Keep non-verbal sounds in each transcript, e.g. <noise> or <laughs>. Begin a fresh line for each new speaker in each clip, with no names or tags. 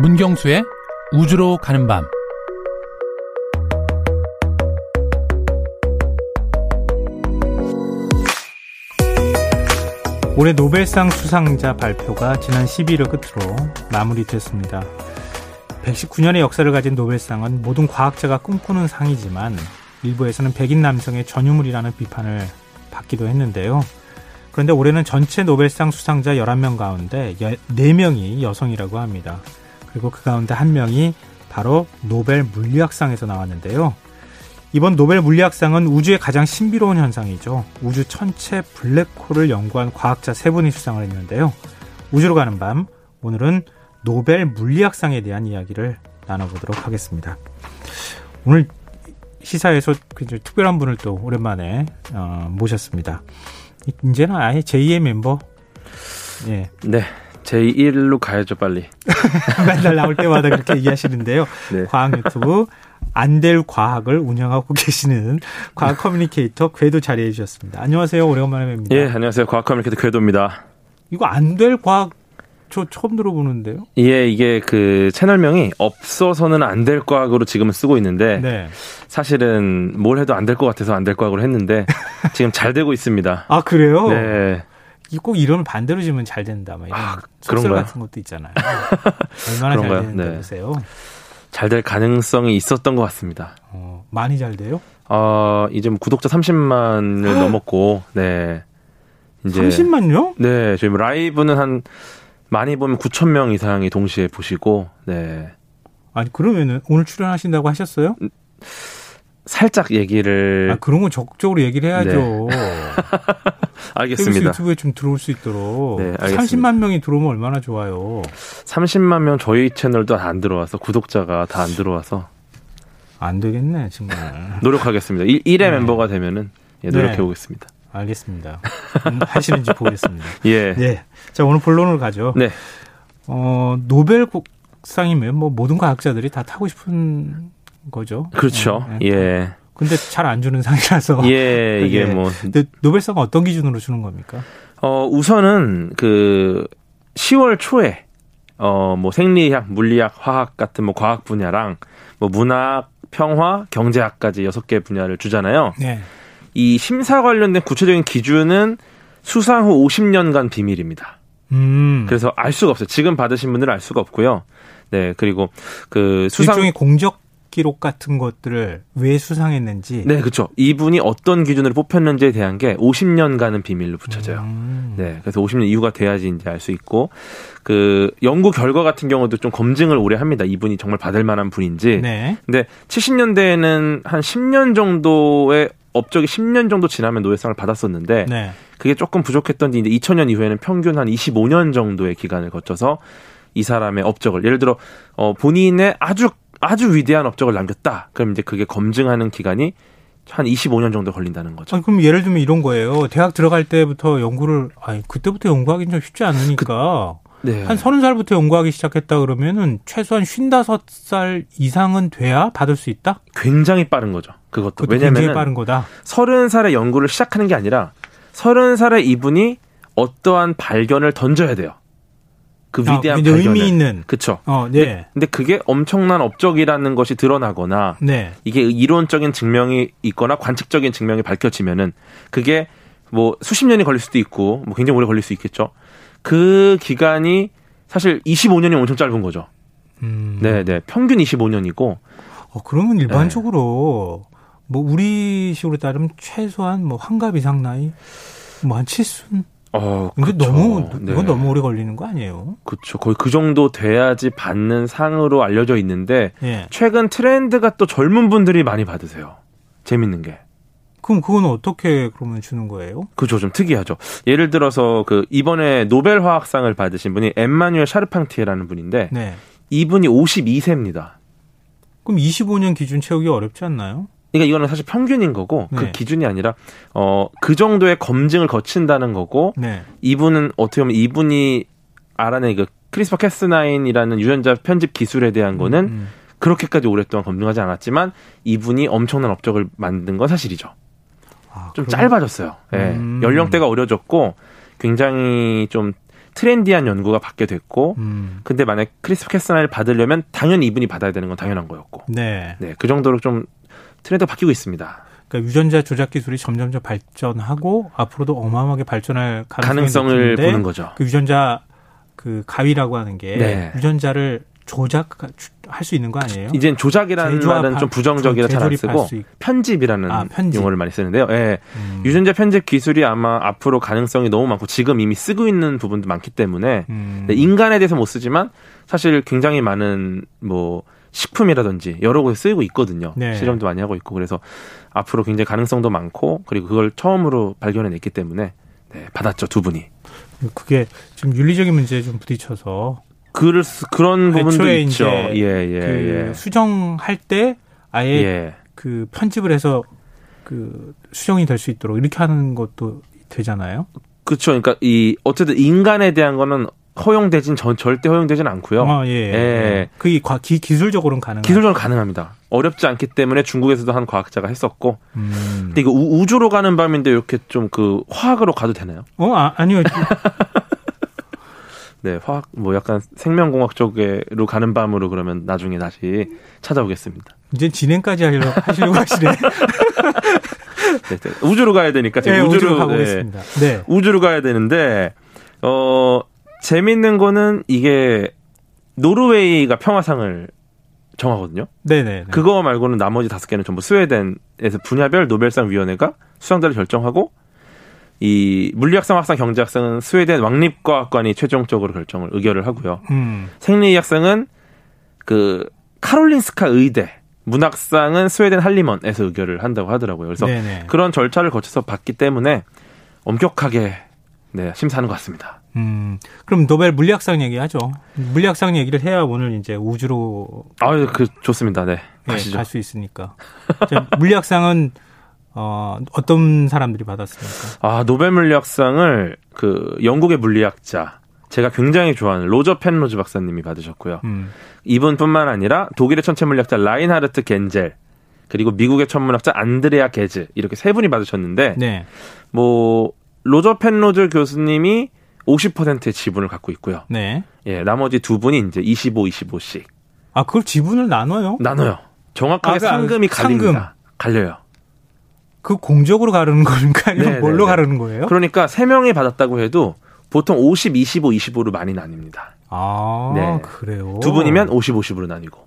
문경수의 우주로 가는 밤.
올해 노벨상 수상자 발표가 지난 11월 끝으로 마무리됐습니다. 119년의 역사를 가진 노벨상은 모든 과학자가 꿈꾸는 상이지만 일부에서는 백인 남성의 전유물이라는 비판을 받기도 했는데요. 그런데 올해는 전체 노벨상 수상자 11명 가운데 4명이 여성이라고 합니다. 그리고 그 가운데 한 명이 바로 노벨 물리학상에서 나왔는데요. 이번 노벨 물리학상은 우주의 가장 신비로운 현상이죠. 우주 천체 블랙홀을 연구한 과학자 세 분이 수상을 했는데요. 우주로 가는 밤, 오늘은 노벨 물리학상에 대한 이야기를 나눠보도록 하겠습니다. 오늘 시사에서 굉장히 특별한 분을 또 오랜만에 어, 모셨습니다. 이제는 아예 제2의 멤버. 예.
네. 제1로 가야죠, 빨리.
맨날 나올 때마다 그렇게 얘기하시는데요.
네.
과학 유튜브 안 될 과학을 운영하고 계시는 과학 커뮤니케이터 궤도 자리해 주셨습니다. 안녕하세요. 오랜만에 뵙니다.
예, 안녕하세요. 과학 커뮤니케이터 궤도입니다.
이거 안 될 과학 저 처음 들어보는데요.
예, 이게 그 채널명이 없어서는 안 될 과학으로 지금은 쓰고 있는데
네.
사실은 뭘 해도 안 될 것 같아서 안 될 과학으로 했는데 <laughs> 지금 잘 되고 있습니다.
아 그래요?
네.
이 꼭 이런 반대로 지면 잘 된다. 막 이런
아,
소설
그런가요?
같은 것도 있잖아요. 얼마나
그런가요?
잘 되는지
네.
보세요.
잘 될 가능성이 있었던 것 같습니다.
어, 많이 잘 돼요?
어, 이제 뭐 구독자 30만을 넘었고, 네. 이제
30만요?
네, 저희 뭐 라이브는 한 많이 보면 9천 명 이상이 동시에 보시고, 네.
아니 그러면은 오늘 출연하신다고 하셨어요?
살짝 얘기를
아, 그런 건 적극적으로 얘기를 해야죠.
네. 아,
KBS
알겠습니다.
유튜브에 좀 들어올 수 있도록
네, 알겠습니다.
30만 명이 들어오면 얼마나 좋아요.
30만 명 저희 채널도 다 안 들어와서 구독자가 다 안 들어와서
안 되겠네 정말.
노력하겠습니다. 1, 일의 멤버가 되면은 예, 노력해
네.
보겠습니다.
알겠습니다. 음, 하시는지 보겠습니다.
예.
네, 자 오늘 본론을 가죠.
네.
어 노벨 상이면 뭐 모든 과학자들이 다 타고 싶은 거죠.
그렇죠.
네, 네.
예.
근데 잘 안 주는 상이라서.
예, 이게
예.
뭐
근데 노벨상 은 어떤 기준으로 주는 겁니까?
어, 우선은 그 10월 초에 어, 뭐 생리학, 물리학, 화학 같은 뭐 과학 분야랑 뭐 문학, 평화, 경제학까지 여섯 개 분야를 주잖아요.
네.
이 심사 관련된 구체적인 기준은 수상 후 50년간 비밀입니다.
음.
그래서 알 수가 없어요. 지금 받으신 분들은 알 수가 없고요. 네, 그리고 그 수상
일종의 공적 기록 같은 것들을 왜 수상했는지.
네, 그렇죠. 이분이 어떤 기준으로 뽑혔는지에 대한 게 50년간은 비밀로 붙여져요.
음.
네, 그래서 50년 이후가 돼야지 이제 알 수 있고 그 연구 결과 같은 경우도 좀 검증을 오래 합니다. 이분이 정말 받을 만한 분인지.
네.
근데 70년대에는 한 10년 정도의 업적이 10년 정도 지나면 노예상을 받았었는데
네.
그게 조금 부족했던지 이제 2000년 이후에는 평균 한 25년 정도의 기간을 거쳐서 이 사람의 업적을 예를 들어 어 본인의 아주 아주 위대한 업적을 남겼다. 그럼 이제 그게 검증하는 기간이 한 25년 정도 걸린다는 거죠.
아니, 그럼 예를 들면 이런 거예요. 대학 들어갈 때부터 연구를, 아니, 그때부터 연구하기는 좀 쉽지 않으니까.
네.
한 서른 살부터 연구하기 시작했다 그러면은 최소한 쉰다섯 살 이상은 돼야 받을 수 있다?
굉장히 빠른 거죠. 그것도.
그것도 굉장히
왜냐면은
빠른 거다. 아,
30살에 연구를 시작하는 게 아니라 30살에 이분이 어떠한 발견을 던져야 돼요. 그
아,
위대한
굉장히
발견을.
의미 있는.
그렇죠.
어, 네.
근데 그게 엄청난 업적이라는 것이 드러나거나
네.
이게 이론적인 증명이 있거나 관측적인 증명이 밝혀지면은 그게 뭐 수십 년이 걸릴 수도 있고 뭐 굉장히 오래 걸릴 수 있겠죠. 그 기간이 사실 25년이 엄청 짧은 거죠.
음.
네, 네. 평균 25년이고
어, 그러면 일반적으로
네.
뭐 우리 식으로 따르면 최소한 뭐 환갑 이상 나이 뭐 한 칠순
어,
근데
그쵸.
너무
네.
이거 너무 오래 걸리는 거 아니에요?
그쵸. 거의 그 정도 돼야지 받는 상으로 알려져 있는데
예.
최근 트렌드가 또 젊은 분들이 많이 받으세요. 재밌는 게.
그럼 그건 어떻게 그러면 주는 거예요?
그죠 좀 특이하죠. 예를 들어서 그 이번에 노벨 화학상을 받으신 분이 엠마뉴엘 샤르팡티에라는 분인데
네.
이분이 52세입니다.
그럼 25년 기준 채우기 어렵지 않나요?
그러니까 이거는 사실 평균인 거고
네.
그 기준이 아니라 어 그 정도의 검증을 거친다는 거고
네.
이분은 어떻게 보면 이분이 알아낸 그 크리스퍼 캐스9이라는 유전자 편집 기술에 대한 거는
음.
그렇게까지 오랫동안 검증하지 않았지만 이분이 엄청난 업적을 만든 건 사실이죠.
아,
좀
그럼-
짧아졌어요. 예.
음.
연령대가 어려졌고 굉장히 좀 트렌디한 연구가 받게 됐고
음.
근데 만약 크리스 캐스나를 받으려면 당연히 이분이 받아야 되는 건 당연한 거였고
네.
네 그 정도로 좀 트렌드가 바뀌고 있습니다.
그러니까 유전자 조작 기술이 점점점 발전하고 앞으로도 어마어마하게 발전할 가능성이
가능성을
높은데
보는 거죠.
그 유전자 그 가위라고 하는 게
네.
유전자를 조작할 수 있는 거 아니에요?
이젠 조작이라는
제조합,
말은 좀 부정적이라 잘 안
재조립할
쓰고
수 있-
편집이라는
아, 편집.
용어를 많이 쓰는데요. 예.
음.
유전자 편집 기술이 아마 앞으로 가능성이 너무 많고 지금 이미 쓰고 있는 부분도 많기 때문에
음.
네, 인간에 대해서 못 쓰지만 사실 굉장히 많은 뭐 식품이라든지 여러 곳에 쓰이고 있거든요.
네.
실험도 많이 하고 있고 그래서 앞으로 굉장히 가능성도 많고 그리고 그걸 처음으로 발견해냈기 때문에 네, 받았죠 두 분이.
그게 지금 윤리적인 문제에 좀 부딪혀서
그 그런 부분도
애초에
있죠.
이제
예예 예.
그 수정할 때
예.
아예
예.
그 편집을 해서 그 수정이 될 수 있도록 이렇게 하는 것도 되잖아요.
그렇죠. 그러니까 이 어쨌든 인간에 대한 거는 허용되진 전 절대 허용되진 않고요.
아, 예.
예.
그게 과- 기, 기술적으로는 가능한.
기술적으로 가능합니다. 어렵지 않기 때문에 중국에서도 한 과학자가 했었고.
음.
근데 이거 우, 주로 가는 밤인데 이렇게 좀 그 화학으로 가도 되나요?
어, 아, 아니요. <laughs>
네, 화학 뭐 약간 생명공학 쪽으로 가는 밤으로 그러면 나중에 다시 찾아오겠습니다.
이제 진행까지 하려고 하시려고
<laughs>
하시네.
네, 네. 우주로 가야 되니까 제가
네, 우주로 가고
네,
있습니다. 네.
우주로 가야 되는데 어 재밌는 거는 이게 노르웨이가 평화상을 정하거든요.
네네. 네.
그거 말고는 나머지 다섯 개는 전부 스웨덴에서 분야별 노벨상 위원회가 수상자를 결정하고 이 물리학상, 화학상, 경제학상은 스웨덴 왕립과학관이 최종적으로 결정을 의결을 하고요.
음.
생리학상은 그 카롤린스카 의대, 문학상은 스웨덴 할리먼에서 의결을 한다고 하더라고요. 그래서
네네.
그런 절차를 거쳐서 받기 때문에 엄격하게 네, 심사하는 것 같습니다.
음. 그럼 노벨 물리학상 얘기하죠. 물리학상 얘기를 해야 오늘 이제 우주로 예,
아유, 그 좋습니다. 네. 가시죠.
갈 수 있으니까. 이제 물리학상은 어, 어떤 사람들이 받았습니까?
아, 노벨 물리학상을 그 영국의 물리학자 제가 굉장히 좋아하는 로저 펜로즈 박사님이 받으셨고요.
음.
이분뿐만 아니라 독일의 천체 물리학자 라인하르트 겐젤 그리고 미국의 천문학자 안드레아 게즈 이렇게 세 분이 받으셨는데
네.
뭐 로저 펜로즈 교수님이 50%의 지분을 갖고 있고요.
네.
예, 나머지 두 분이 이제 25, 25씩
아, 그걸 지분을 나눠요?
나눠요. 정확하게
아, 그러니까
상금이
상금.
갈립니다. 갈려요.
그 공적으로 가르는 건가?
네,
아니면
네,
뭘로
네.
가르는 거예요?
그러니까 세 명이 받았다고 해도 보통 50, 25, 25로 많이 나뉩니다.
아,
네.
그래요.
두 분이면 50, 50으로 나뉘고.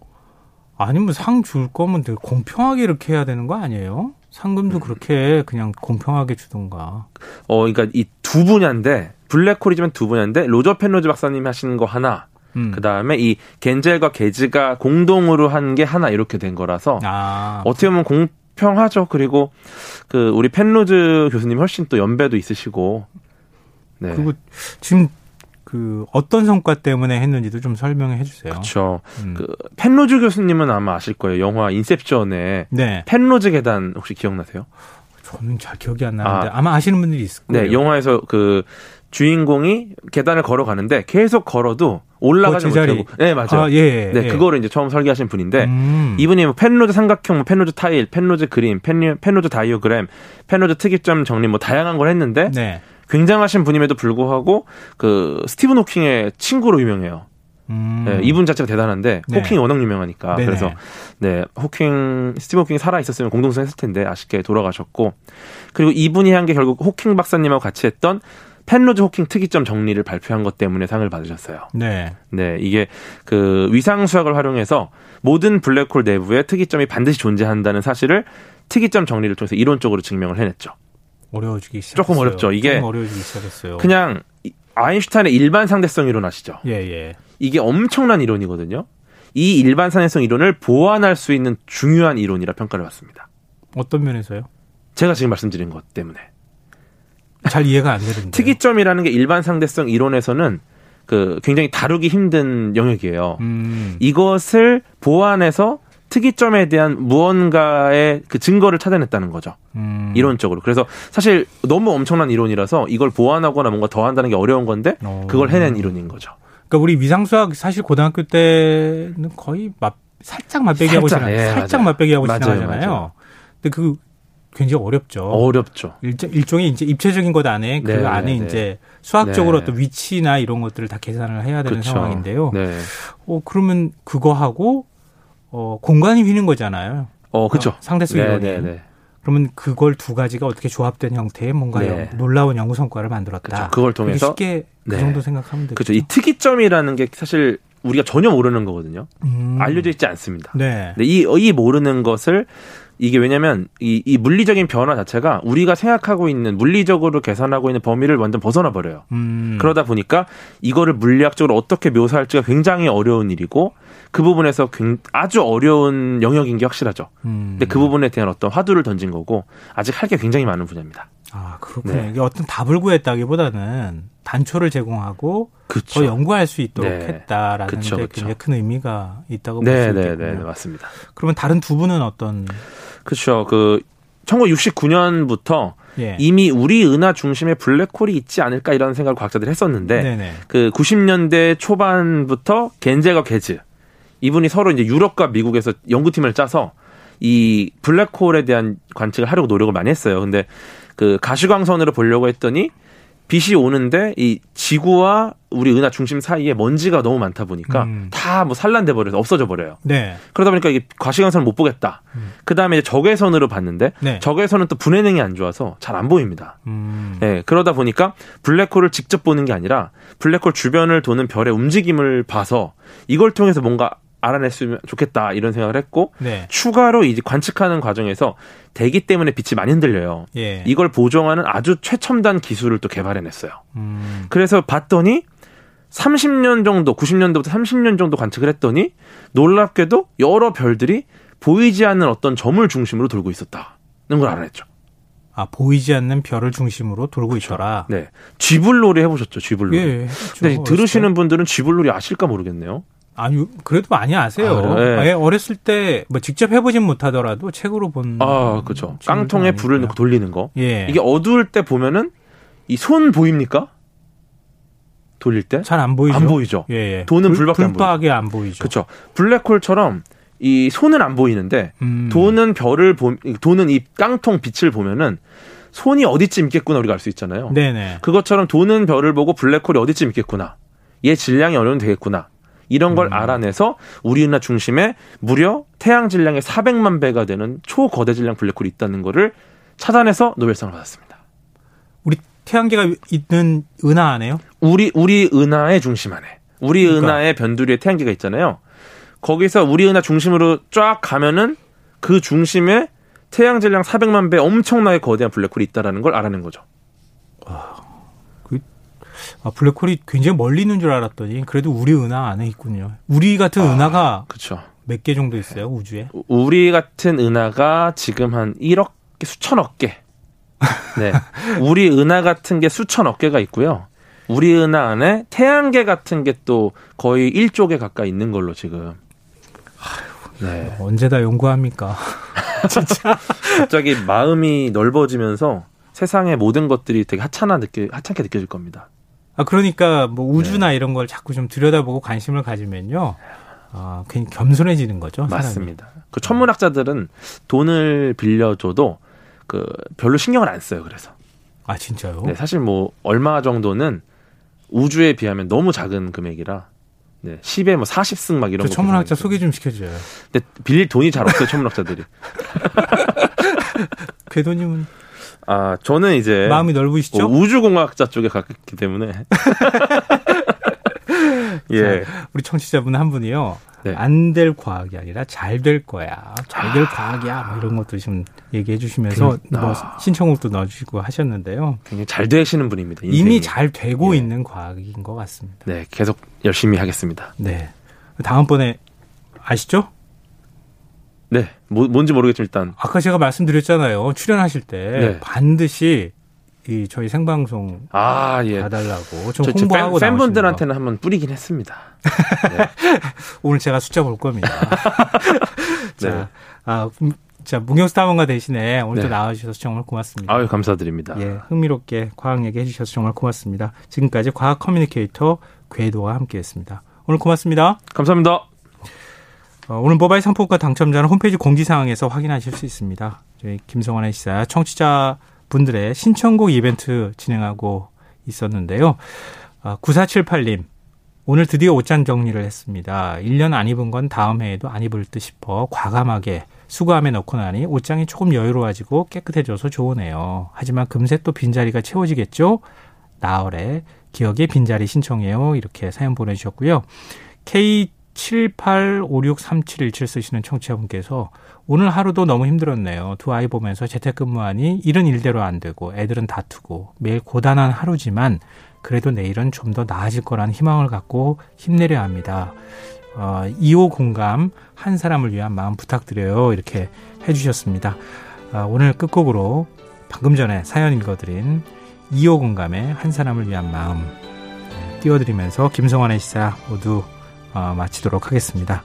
아니면 상 줄 거면 되게 공평하게 이렇게 해야 되는 거 아니에요?
음.
상금도 그렇게 그냥 공평하게 주던가.
어, 그러니까 이 두 분야인데 블랙홀이지만 두 분야인데 로저 펜로즈 박사님이 하시는 거 하나,
음.
그 다음에 이 겐젤과 게즈가 공동으로 한 게 하나 이렇게 된 거라서
아,
어떻게 보면 공평하죠. 그리고 그 우리 펜로즈 교수님 훨씬 또 연배도 있으시고. 네.
그리고 지금 그 어떤 성과 때문에 했는지도 좀 설명해 주세요.
그렇죠.
음.
그 펜로즈 교수님은 아마 아실 거예요. 영화 인셉션에
네,
펜로즈 계단 혹시 기억나세요?
저는 잘 기억이 안 나는데 아, 마 아시는 분들이 있을 거예요.
네, 영화에서 그 주인공이 계단을 걸어 가는데 계속 걸어도 올라가지
그 제자리.
못하고. 네, 맞아요.
아, 예,
네,
예.
그거를 네. 이제 처음 설계하신 분인데
음.
이분이 뭐 펜로즈 삼각형, 뭐 펜로즈 타일, 펜로즈 그림, 펜, 펜로즈 다이오그램, 펜로즈 특이점 정리 뭐 다양한 걸 했는데
네.
굉장하신 분임에도 불구하고 그 스티븐 호킹의 친구로 유명해요.
음.
네, 이분 자체가 대단한데
네.
호킹이 워낙 유명하니까
네네.
그래서 네 호킹 스티븐 호킹이 살아 있었으면 공동승 했을 텐데 아쉽게 돌아가셨고 그리고 이분이 한 게 결국 호킹 박사님하고 같이 했던 펜로즈 호킹 특이점 정리를 발표한 것 때문에 상을 받으셨어요.
네.
네, 이게 그 위상 수학을 활용해서 모든 블랙홀 내부에 특이점이 반드시 존재한다는 사실을 특이점 정리를 통해서 이론적으로 증명을 해냈죠.
어려워지기 시작했어요.
어렵죠. 이게
조금 어려워지기 시작했어요.
그냥 이- 아인슈타인의 일반 상대성 이론 아시죠?
예, 예.
이게 엄청난 이론이거든요. 이 일반 상대성 이론을 보완할 수 있는 중요한 이론이라 평가를 받습니다.
어떤 면에서요?
제가 지금 말씀드린 것 때문에
네. 잘 이해가 안 되는데.
특이점이라는 게 일반 상대성 이론에서는 그 굉장히 다루기 힘든 영역이에요.
음.
이것을 보완해서 특이점에 대한 무언가의 그 증거를 찾아냈다는 거죠.
음.
이론적으로. 그래서 사실 너무 엄청난 이론이라서 이걸 보완하거나 뭔가 더한다는 게 어려운 건데
어.
그걸 해낸 이론인 거죠.
그러니까 우리 위상수학 사실 고등학교 때는 거의 맛 살짝 맛배기하고
살짝,
지나
예,
살짝
맞아요.
맛배기하고
맞아요,
지나가잖아요.
맞아요.
근데 그 굉장히 어렵죠.
어렵죠.
일, 종의 이제 입체적인 것 안에 그
네,
안에
네.
이제 수학적으로
네.
어떤 위치나 이런 것들을 다 계산을 해야 되는
그쵸.
상황인데요.
네.
어 그러면 그거하고 어 공간이 휘는 거잖아요.
어, 그쵸.
상대수
네,
이론이.
네, 네.
그러면 그걸 두 가지가 어떻게 조합된 형태의 뭔가
네. 그렇죠.
영- 놀라운 연구 성과를 만들었다.
그쵸.
그렇게
그걸 통해서
쉽게 그
네.
정도 생각하면 되죠.
그렇죠. 이 특이점이라는 게 사실 우리가 전혀 모르는 거거든요.
음.
알려져 있지 않습니다.
네.
근데 이, 이 모르는 것을 이게 왜냐면 이, 이 물리적인 변화 자체가 우리가 생각하고 있는 물리적으로 계산하고 있는 범위를 완전 벗어나 버려요.
음.
그러다 보니까 이거를 물리학적으로 어떻게 묘사할지가 굉장히 어려운 일이고 그 부분에서 굉- 아주 어려운 영역인 게 확실하죠.
음.
근데 그 부분에 대한 어떤 화두를 던진 거고 아직 할 게 굉장히 많은 분야입니다.
아, 그렇군요.
네.
이게 어떤 답을 구했다기보다는 단초를 제공하고 더
그렇죠.
연구할 수 있도록
네.
했다라는
그쵸,
데
그쵸.
굉장히 큰 의미가 있다고 볼 수
네, 네,
있겠군요.
네, 네, 맞습니다.
그러면 다른 두 분은 어떤
그렇죠. 그 1969년부터
예.
이미 우리 은하 중심에 블랙홀이 있지 않을까 이런 생각을 과학자들이 했었는데
네네.
그 90년대 초반부터 겐제가 게즈 이분이 서로 이제 유럽과 미국에서 연구팀을 짜서 이 블랙홀에 대한 관측을 하려고 노력을 많이 했어요. 근데 그 가시광선으로 보려고 했더니 빛이 오는데 이 지구와 우리 은하 중심 사이에 먼지가 너무 많다 보니까
음.
다 뭐 산란돼 버려서 없어져 버려요.
네.
그러다 보니까 이게 가시광선을 못 보겠다. 그다음에 이제 적외선으로 봤는데
네.
적외선은 또 분해능이 안 좋아서 잘 안 보입니다.
음.
예, 그러다 보니까 블랙홀을 직접 보는 게 아니라 블랙홀 주변을 도는 별의 움직임을 봐서 이걸 통해서 뭔가 알아냈으면 좋겠다 이런 생각을 했고
네.
추가로 이제 관측하는 과정에서 대기 때문에 빛이 많이 흔들려요.
예.
이걸 보정하는 아주 최첨단 기술을 또 개발해냈어요.
음.
그래서 봤더니 30년 정도, 90년대부터 30년 정도 관측을 했더니 놀랍게도 여러 별들이 보이지 않는 어떤 점을 중심으로 돌고 있었다는 걸 알아냈죠.
아, 보이지 않는 별을 중심으로 돌고 있더라.
네. 쥐불놀이 해보셨죠, 쥐불놀이.
예.
근데
저 어렸을 때-
들으시는 분들은 쥐불놀이 아실까 모르겠네요.
아니 그래도 많이 아세요.
아, 그래?
예, 어렸을 때 뭐 직접 해보진 못하더라도 책으로 본.
아, 그죠.
친구들
깡통에
음,
불을
아닐까요?
넣고 돌리는 거.
예.
이게 어두울 때 보면은 이 손 보입니까? 돌릴 때?
잘 안 보이죠.
안 보이죠.
예, 예.
돈은 불밖에 안
불박이 안 보이죠.
그렇죠. 블랙홀처럼 이 손은 안 보이는데
음.
도는 별을 보, 도는 이 깡통 빛을 보면은 손이 어디쯤 있겠구나 우리가 알 수 있잖아요.
네네.
그것처럼 도는 별을 보고 블랙홀이 어디쯤 있겠구나. 얘 질량이 어느 정도 되겠구나. 이런
음.
걸 알아내서 우리 은하 중심에 무려 태양 질량의 400만 배가 되는 초거대 질량 블랙홀이 있다는 거를 찾아내서 노벨상을 받았습니다.
우리 태양계가 있는 은하 안에요?
우리 우리 은하의 중심 안에 우리
그러니까.
은하의 변두리에 태양계가 있잖아요. 거기서 우리 은하 중심으로 쫙 가면은 그 중심에 태양 질량 400만 배 엄청나게 거대한 블랙홀이 있다라는 걸 알아낸 거죠.
아, 블랙홀이 굉장히 멀리 있는 줄 알았더니 그래도 우리 은하 안에 있군요. 우리 같은 은하가
그렇죠.
몇 개 정도 있어요 우주에?
우리 같은 은하가 지금 한 1억 개, 수천억 개.
<laughs>
네. 우리 은하 같은 게 수천억 개가 있고요. 우리 은하 안에 태양계 같은 게 또 거의 1조 개 가까이 있는 걸로 지금. 네.
언제 다 연구합니까?
갑자기 마음이 넓어지면서 세상의 모든 것들이 되게 하찮아 느껴 하찮게 느껴질 겁니다.
아 그러니까 뭐 우주나
네.
이런 걸 자꾸 좀 들여다보고 관심을 가지면요, 아 괜히 겸손해지는 거죠. 아, 사람이.
맞습니다. 그 천문학자들은 돈을 빌려줘도 그 별로 신경을 안 써요. 그래서
아 진짜요?
네, 사실 뭐 얼마 정도는 우주에 비하면 너무 작은 금액이라 네, 10에 뭐 40승 막 이런
저
거
그 천문학자
보면
소개 좀 시켜줘요.
근데 빌릴 돈이 잘 없어요 천문학자들이.
궤도님은
아 저는 이제
마음이 넓으시죠?
어, 우주공학자 쪽에 가깝기
<laughs>
때문에 <laughs> 예
우리 청취자분 한 분이요.
네. 아.
안 될 과학이 아니라 잘 될 거야. 잘 될 과학이야. 뭐 이런 것도 지금 얘기해 주시면서
그렇-
뭐
아.
신청곡도 넣어주시고 하셨는데요.
굉장히 잘 되시는 분입니다. 인생이.
이미 잘 되고
예.
있는 과학인 것 같습니다.
네, 계속 열심히 하겠습니다.
네. 다음번에 아시죠?
네, 뭐- 뭔지 모르겠지만 일단
아까 제가 말씀드렸잖아요. 출연하실 때
네.
반드시 이 저희 생방송
아 예.
봐달라고 좀
저, 저 팬,
홍보하고 나오시는
팬분들한테는 한번 뿌리긴 했습니다.
거. 오늘 제가 숫자 볼
<laughs>
겁니다.
네.
자, 아, 음, 자 문경스타원가 대신에 오늘도
네.
나와주셔서 정말 고맙습니다.
아유 감사드립니다.
네. 예, 흥미롭게 과학 얘기 해주셔서 정말 고맙습니다. 지금까지 과학 커뮤니케이터 궤도와 함께했습니다. 오늘 고맙습니다.
감사합니다.
어, 오늘 모바일 상품권 당첨자는 홈페이지 공지 사항에서 확인하실 수 있습니다. 저희 김성환의 시사 청취자 분들의 신청곡 이벤트 진행하고 있었는데요. 아, 9478님 오늘 드디어 옷장 정리를 했습니다. 1년 안 입은 건 다음 해에도 안 입을 듯 싶어 과감하게 수거함에 넣고 나니 옷장이 조금 여유로워지고 깨끗해져서 좋으네요. 하지만 금세 또 빈자리가 채워지겠죠? 나월의 기억의 빈자리 신청해요. 이렇게 사연 보내주셨고요. K78563717 쓰시는 청취자분께서 오늘 하루도 너무 힘들었네요. 두 아이 보면서 재택근무하니 일은 일대로 안 되고 애들은 다투고 매일 고단한 하루지만 그래도 내일은 좀 더 나아질 거란 희망을 갖고 힘내려 합니다. 어, 2호 공감 한 사람을 위한 마음 부탁드려요. 이렇게 해주셨습니다. 아, 오늘 끝곡으로 방금 전에 사연 읽어드린 2호 공감의 한 사람을 위한 마음 네, 띄워드리면서 김성환의 시사 모두 어, 마치도록 하겠습니다.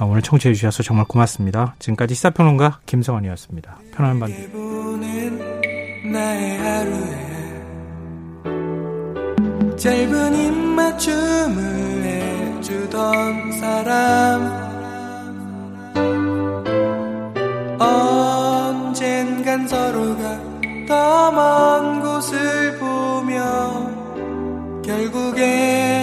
아, 오늘 청취해 주셔서 정말 고맙습니다. 지금까지 시사평론가 김성환이었습니다. 편안한 밤 되세요.
보낸 나의 하루에 짧은 입맞춤을 해주던 사람 언젠간 서로가 더 먼 곳을 보며 결국엔